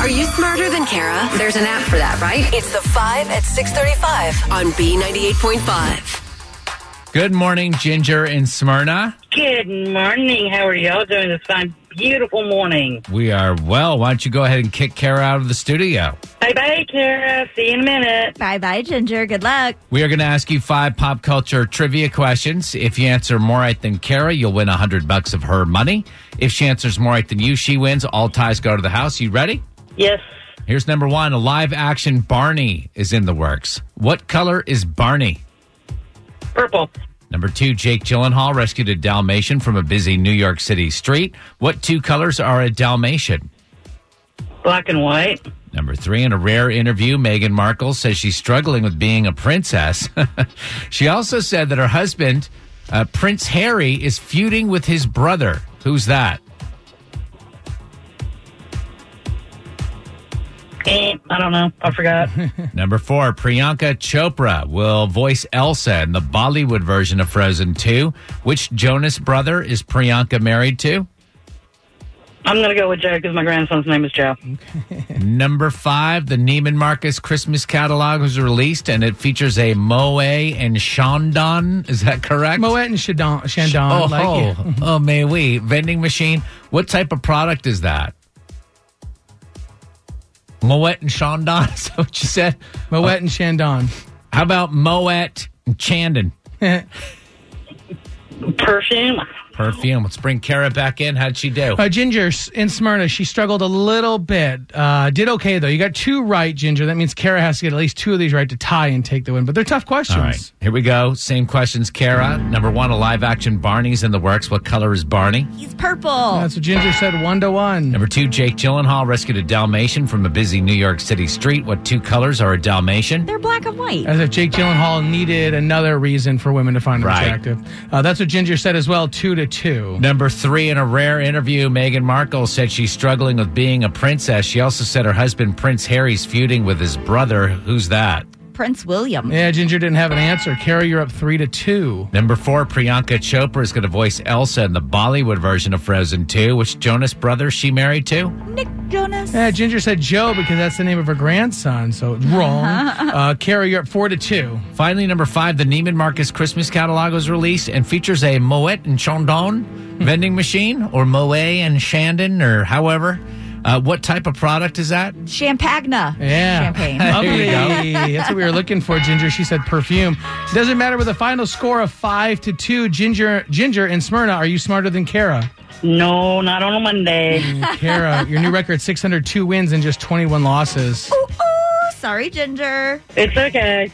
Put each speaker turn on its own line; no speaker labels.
Are you smarter than Kara? There's an app for that, right? It's the 5 at 635 on B98.5.
Good morning, Ginger in Smyrna.
Good morning. How are y'all doing this fine, beautiful morning?
We are well. Why don't you go ahead and kick Kara out of the studio?
Bye bye, Kara. See you in a minute.
Bye bye, Ginger. Good luck.
We are going to ask you five pop culture trivia questions. If you answer more right than Kara, you'll win a hundred bucks of her money. If she answers more right than you, she wins. All ties go to the house. You ready?
Yes.
Here's number one. A live action Barney is in the works. What color is Barney?
Purple.
Number two, Jake Gyllenhaal rescued a Dalmatian from a busy New York City street. What two colors are a Dalmatian?
Black and white.
Number three, in a rare interview, Meghan Markle says she's struggling with being a princess. she also said that her husband, uh, Prince Harry, is feuding with his brother. Who's that?
Eh, I don't know. I forgot.
Number four, Priyanka Chopra will voice Elsa in the Bollywood version of Frozen 2. Which Jonas brother is Priyanka married to?
I'm going to go with Joe because my grandson's name is Joe.
Number five, the Neiman Marcus Christmas catalog was released and it features a Moe and Chandon. Is that correct?
Moet and Chandon. Chandon
Oh,
like, yeah.
oh, oh, may we. Vending machine. What type of product is that? Moet and Chandon? Is that what you said?
Moet and Chandon.
How about Moet and Chandon?
Perfume.
Perfume. Let's bring Kara back in. How'd she do?
Uh, Ginger s- in Smyrna, she struggled a little bit. Uh, did okay, though. You got two right, Ginger. That means Kara has to get at least two of these right to tie and take the win. But they're tough questions.
All right. Here we go. Same questions, Kara. Number one, a live action Barney's in the works. What color is Barney?
He's purple.
That's what Ginger said, one to one.
Number two, Jake Gyllenhaal rescued a Dalmatian from a busy New York City street. What two colors are a Dalmatian?
They're black and white.
As if Jake Gyllenhaal needed another reason for women to find him
Right.
attractive. Uh, that's what Ginger said as well, two to two.
Number three, in a rare interview, Meghan Markle said she's struggling with being a princess. She also said her husband, Prince Harry's feuding with his brother. Who's that?
Prince William.
Yeah, Ginger didn't have an answer. Kara, you're up three to two.
Number four, Priyanka Chopra is going to voice Elsa in the Bollywood version of Frozen 2. Which Jonas brother is she married to?
Nick Jonas.
Yeah, Ginger said Joe because that's the name of her grandson, so it's wrong. Uh, Kara, you're up four to two.
Finally, number five, the Neiman Marcus Christmas catalog was released and features a Moet and Chandon vending machine or Moet and Chandon or however. Uh, what type of product is that?
Champagna.
Yeah.
Champagne. Oh,
Lovely. That's what we were looking for, Ginger. She said perfume. Doesn't matter with a final score of five to two. Ginger Ginger in Smyrna, are you smarter than Kara?
No, not on a Monday.
Kara, your new record 602 wins and just 21 losses.
Ooh, ooh, sorry, Ginger.
it's okay.